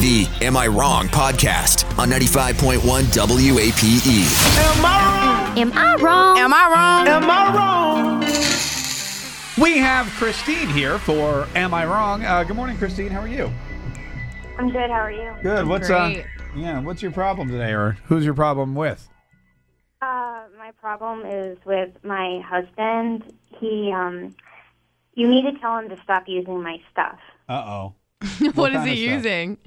The Am I Wrong podcast on 95.1 WAPE. Am I wrong? Am I wrong? Am I wrong? Am I wrong? We have Christine here for Am I Wrong? Uh, good morning, Christine. How are you? I'm good. How are you? Good. What's Great. uh? Yeah. What's your problem today, or who's your problem with? Uh, my problem is with my husband. He, um, you need to tell him to stop using my stuff. Uh oh. what is kind he of stuff? using?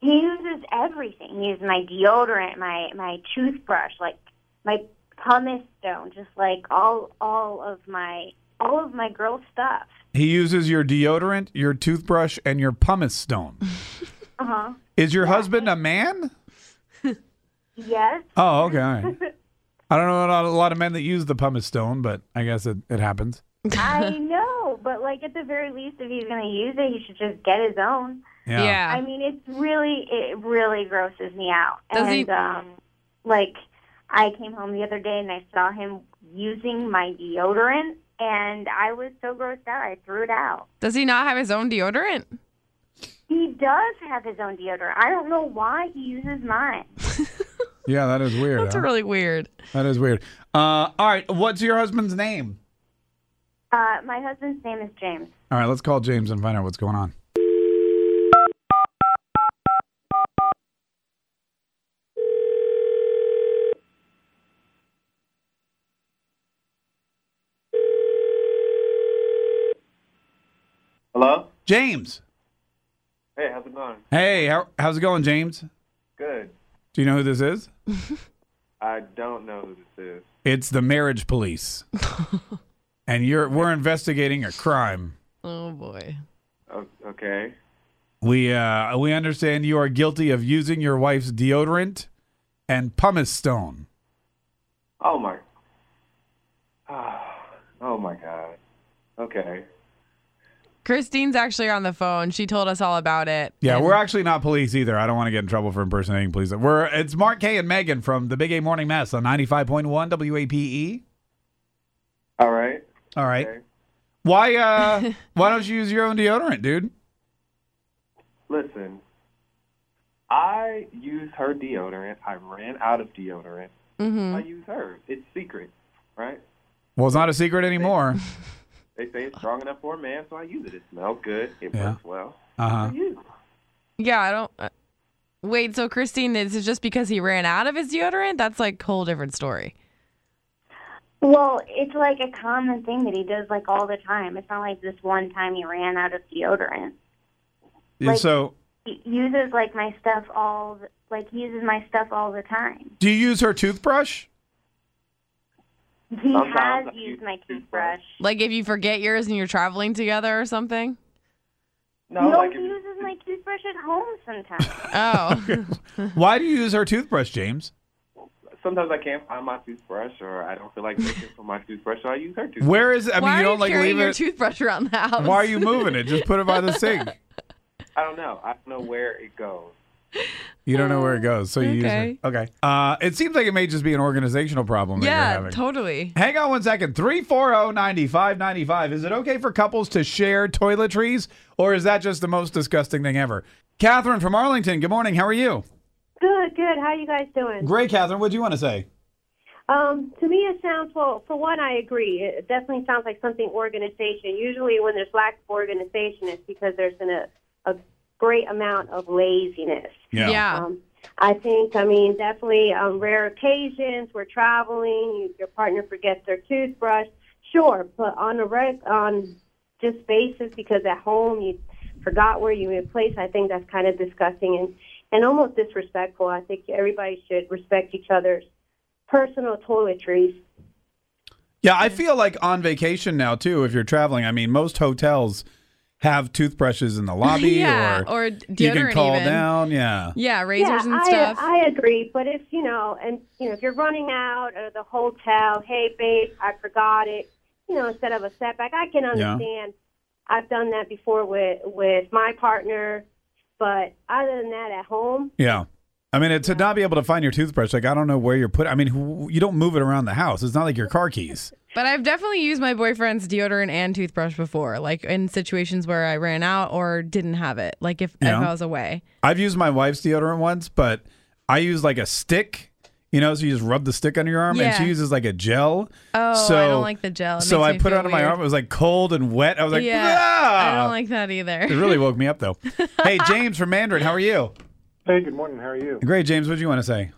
He uses everything. He uses my deodorant, my my toothbrush, like my pumice stone, just like all all of my all of my girl stuff. He uses your deodorant, your toothbrush, and your pumice stone. Uh Uh-huh. huh. Is your husband a man? Yes. Oh, okay. All right. I don't know about a lot of men that use the pumice stone, but I guess it, it happens. I know, but like at the very least, if he's gonna use it, he should just get his own. Yeah. I mean, it's really, it really grosses me out. Does and, he- um, like, I came home the other day and I saw him using my deodorant, and I was so grossed out, I threw it out. Does he not have his own deodorant? He does have his own deodorant. I don't know why he uses mine. Yeah, that is weird. That's huh? really weird. That is weird. Uh, all right. What's your husband's name? Uh, my husband's name is James. All right. Let's call James and find out what's going on. Hello? James. Hey, how's it going? Hey, how, how's it going, James? Good. Do you know who this is? I don't know who this is. It's the marriage police. and you're we're investigating a crime. Oh boy. O- okay. We uh we understand you are guilty of using your wife's deodorant and pumice stone. Oh my. Oh my god. Okay. Christine's actually on the phone. She told us all about it. Yeah, And we're actually not police either. I don't want to get in trouble for impersonating police. We're it's Mark K and Megan from the Big A Morning Mess on 95.1 WAPE. All right. E. All right. Okay. Why uh why don't you use your own deodorant, dude? Listen. I use her deodorant. I ran out of deodorant. I use her. It's secret, right? Well, it's not a secret anymore. They say it's strong enough for a man, so I use it. It smells good. It Yeah. works well. Uh-huh. I use. it. yeah, I don't. Uh, wait, so Christine, this is just because he ran out of his deodorant? That's like a whole different story. Well, it's like a common thing that he does like all the time. It's not like this one time he ran out of deodorant. And so He uses like my stuff all, the, like he uses my stuff all the time. do you use her toothbrush? He Sometimes has I used use my toothbrush. toothbrush. Like if you forget yours and you're traveling together or something. No, no, like he if you- uses my toothbrush at home sometimes. Oh, Why do you use her toothbrush, James? sometimes I can't find my toothbrush, or I don't feel like looking for my toothbrush, so I use her toothbrush. Where is? I mean, why you are don't you like carrying leave your it. toothbrush around the house? Why are you moving it? Just put it by the sink. I don't know. I don't know where it goes. You don't know where it goes, so you use Okay. it. Okay. Uh, it seems like it may just be an organizational problem that you're Yeah, having. totally. Hang on one second. oh, 340-9595. Is it okay for couples to share toiletries, or is that just the most disgusting thing ever? Catherine from Arlington. Good morning. How are you? Good, good. How you guys doing? Great, Catherine. What do you want to say? Um, to me, it sounds well. For one, I agree. It definitely sounds like something organization. Usually, when there's lack of organization, it's because there's been a, a great amount of laziness. Yeah. Um, I think, I mean, definitely on rare occasions, we're traveling, your partner forgets their toothbrush. Sure, but on a reg- on just basis because at home you forgot where you were placed. I think that's kind of disgusting and and almost disrespectful. I think everybody should respect each other's personal toiletries. Yeah, I feel like on vacation now too. If you're traveling, I mean, most hotels have toothbrushes in the lobby Yeah, or, or you can deodorant call even. down. Yeah. Yeah, razors yeah, and stuff. I, I agree, but if you know, and you know, if you're running out of the hotel, hey babe, I forgot it. You know, instead of a setback, I can understand. I've done that before with with my partner, but other than that, at home, Yeah. I mean, to not be able to find your toothbrush, like, I don't know where you're put. I mean, who- you don't move it around the house. It's not like your car keys. But I've definitely used my boyfriend's deodorant and toothbrush before, like in situations where I ran out or didn't have it, like if, Yeah. if I was away. I've used my wife's deodorant once, but I use like a stick, you know, so you just rub the stick under your arm, and Yeah. she uses like a gel. Oh, so, I don't like the gel. It so makes I me put it feel under my weird. arm. It was like cold and wet. I was like, yeah, I "Ah!" don't like that It either. really woke me up though. hey, James from Mandarin, how are you? Hey, good morning. How are you? Great, James. What do you want to say?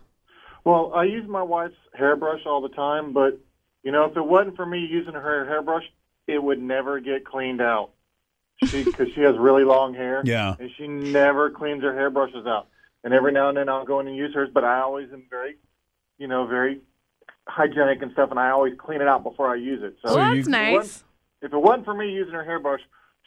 Well, I use my wife's hairbrush all the time, but you know, if it wasn't for me using her hairbrush, it would never get cleaned out. She because she has really long hair, Yeah. and she never cleans her hairbrushes out. And every now and then I'll go in and use hers, but I always am very, you know, very hygienic and stuff, and I always clean it out before I use it. So well, you- that's nice. if it wasn't for me using her hairbrush,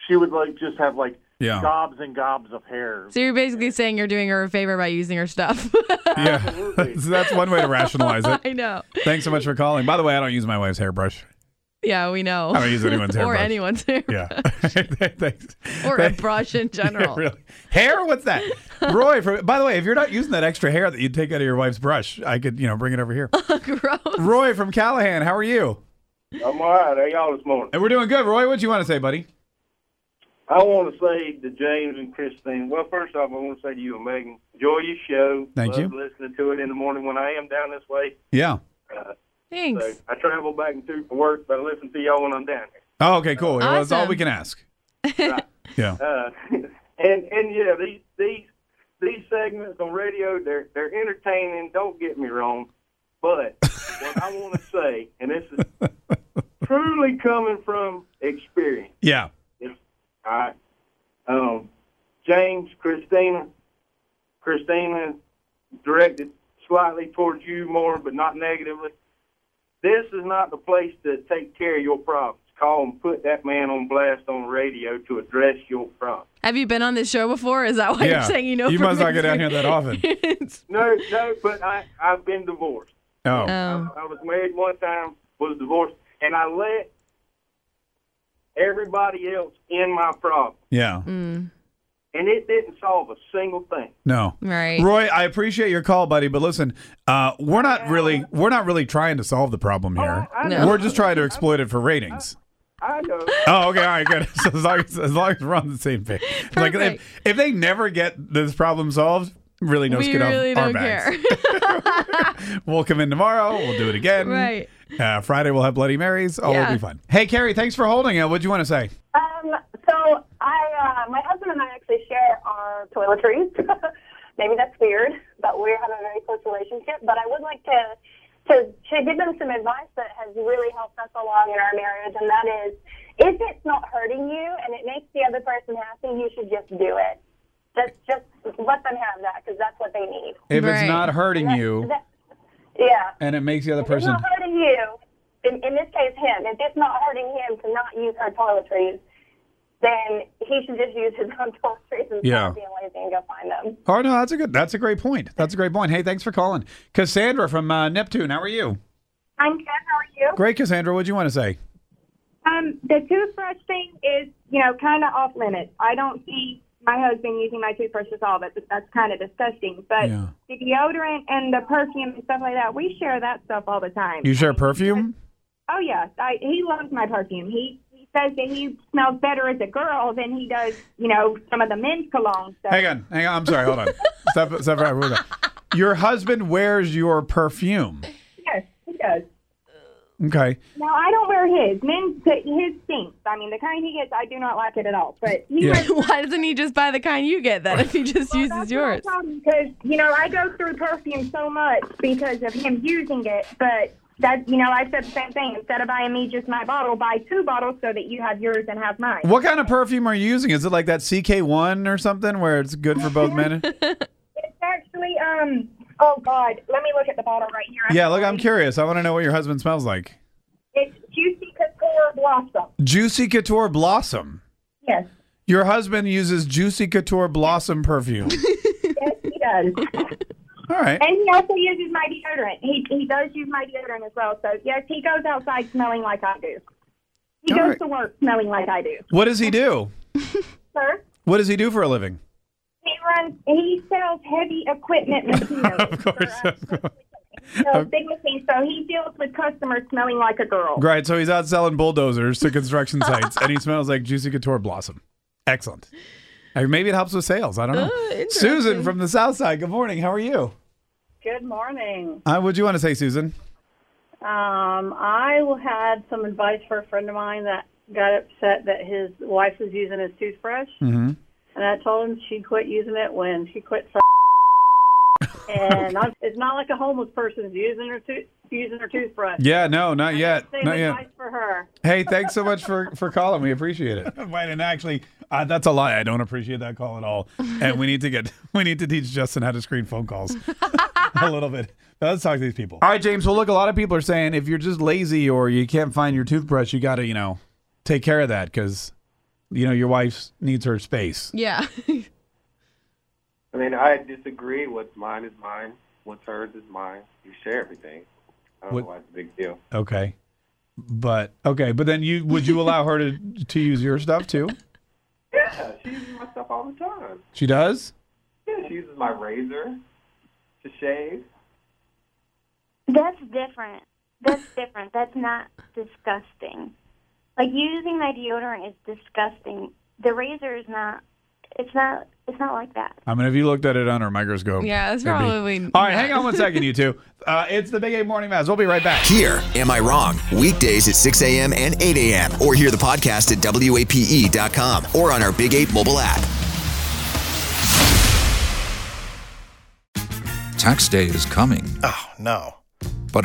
she would like just have like Yeah. gobs and gobs of hair. So you're basically saying you're doing her a favor by using her stuff. Yeah, that's, that's one way to rationalize it. I know. Thanks so much for calling. By the way, I don't use my wife's hairbrush. Yeah, we know. I don't use anyone's or hairbrush. anyone's hair. Yeah. Thanks. Or a brush in general. Yeah, really. Hair? What's that? Roy, from, by the way, if you're not using that extra hair that you take out of your wife's brush, I could, you know, bring it over here. Gross. Roy from Callahan, how are you? I'm all right. How y'all this morning? And we're doing good. Roy, what do you want to say, buddy? I want to say to James and Christine. Well, first off, I want to say to you and Megan, enjoy your show. Thank Love you. Listening to it in the morning when I am down this way. Yeah. Thanks. So I travel back and through for work, but I listen to y'all when I'm down here. Oh, okay, cool. Well, that's all Awesome. we can ask. Yeah. Uh, and and yeah, these these these segments on radio, they're they're entertaining. Don't get me wrong, but what I want to say, and this is truly coming from experience. Yeah. All right. Um, James, Christina, Christina directed slightly towards you more, but not negatively. This is not the place to take care of your problems. Call and put that man on blast on radio to address your problems. Have you been on this show before? Is that why yeah. you're saying you know? You from must not get down here experience? that often. No, no, but I, I've been divorced. Oh. Oh. I was married one time, was divorced, and I let everybody else in my problem. Yeah. mm. And it didn't solve a single thing. No. Right. Roy, I appreciate your call, buddy, but listen, uh, we're not really we're not really trying to solve the problem here. I- I No. We're just trying to exploit it for ratings. I know. Oh, okay. All right, good. So as long as, as long as we're on the same page. It's Like if, Perfect. if they never get this problem solved, really no we skin really off our don't backs. care. We'll come in tomorrow. We'll do it again. right. Uh, Friday we'll have Bloody Marys. Oh, Yeah. it'll be fun. Hey, Carrie, thanks for holding it. What'd you want to say? Um, so I, uh, my husband and I actually share our toiletries. Maybe that's weird, but we have a very close relationship. But I would like to, to to give them some advice that has really helped us along in our marriage, and that is, if it's not hurting you and it makes the other person happy, you should just do it. Just just let them have that because that's what they need. If it's Right. not hurting you That- yeah. and it makes the other If it's person not hurting you, in, in this case, him. If it's not hurting him to not use her toiletries, then he should just use his own toiletries and Yeah. stop being lazy and go find them. Oh no, that's a good that's a great point. That's a great point. Hey, thanks for calling. Cassandra from uh, Neptune, how are you? I'm good. How are you? Great, Cassandra. What'd you want to say? Um, the toothbrush thing is, you know, kind of off limits. I don't see my husband using my toothbrush at all. That that's kind of disgusting. But Yeah. the deodorant and the perfume and stuff like that, we share that stuff all the time. You share perfume? oh yes, I, he loves my perfume. He he says that he smells better as a girl than he does, you know, some of the men's cologne stuff. Hang on, hang on. I'm sorry. Hold on. stop, stop. Right, we're back. Your husband wears your perfume. Yes, he does. Okay. No, I don't wear his. Men's his stinks. I mean, the kind he gets, I do not like it at all. But he Yeah. wears Why doesn't he just buy the kind you get then if he just uses yours? Because you know, I go through perfume so much because of him using it. But that you know, I said the same thing. Instead of buying me just my bottle, buy two bottles so that you have yours and have mine. What kind of perfume are you using? Is it like that CK1 or something where it's good for both men? It's actually um. Oh God, let me look at the bottle right here. Yeah, look, I'm curious. I want to know what your husband smells like. It's Juicy Couture Blossom. Juicy Couture Blossom. Yes. Your husband uses Juicy Couture Blossom perfume. yes, he does. All right. And he also uses my deodorant. He he does use my deodorant as well. So yes, he goes outside smelling like I do. He All goes right. to work smelling like I do. What does he do? Sir, What does he do for a living? he runs. He sells heavy equipment machines. Of course. so big machines. So he deals with customers smelling like a girl. Right, so he's out selling bulldozers to construction sites, and he smells like Juicy Couture Blossom. Excellent. Uh, Maybe it helps with sales. I don't know. Susan from the South Side. Good morning. How are you? Good morning. Uh, what do you want to say, Susan? Um, I had some advice for a friend of mine that got upset that his wife was using his toothbrush, Mm-hmm. and I told him she quit using it when she quit. and I'm, it's not like a homeless person's using her to, using her toothbrush. Yeah, no, not yet. Same Not advice yet. for her. Hey, thanks so much for, for calling. We appreciate it. Wait, and actually, uh, that's a lie. I don't appreciate that call at all. And we need to get we need to teach Justin how to screen phone calls a little bit. Now, let's talk to these people. All right, James. Well, look, a lot of people are saying if you're just lazy or you can't find your toothbrush, you got to you know take care of that because you know your wife needs her space. Yeah. I mean, I disagree. What's mine is mine. What's hers is mine. You share everything. I don't What- know why it's a big deal. Okay, but okay, but then you would you allow her to to use your stuff too? Yeah, she uses my stuff all the time. She does. Yeah, she uses my razor to shave. That's different. That's different. That's not disgusting. Like using my deodorant is disgusting. The razor is not. It's not. It's not like that. I mean, if you looked at it under a microscope, Yeah, that's it'd be- probably All right, hang on one second, you two. Uh, it's the Big Eight Morning Mass. We'll be right back. Here, Am I Wrong? Weekdays at 6 a.m. and 8 a.m. Or hear the podcast at WAPE.com E or on our Big 8 mobile app. Tax day is coming. Oh, no. But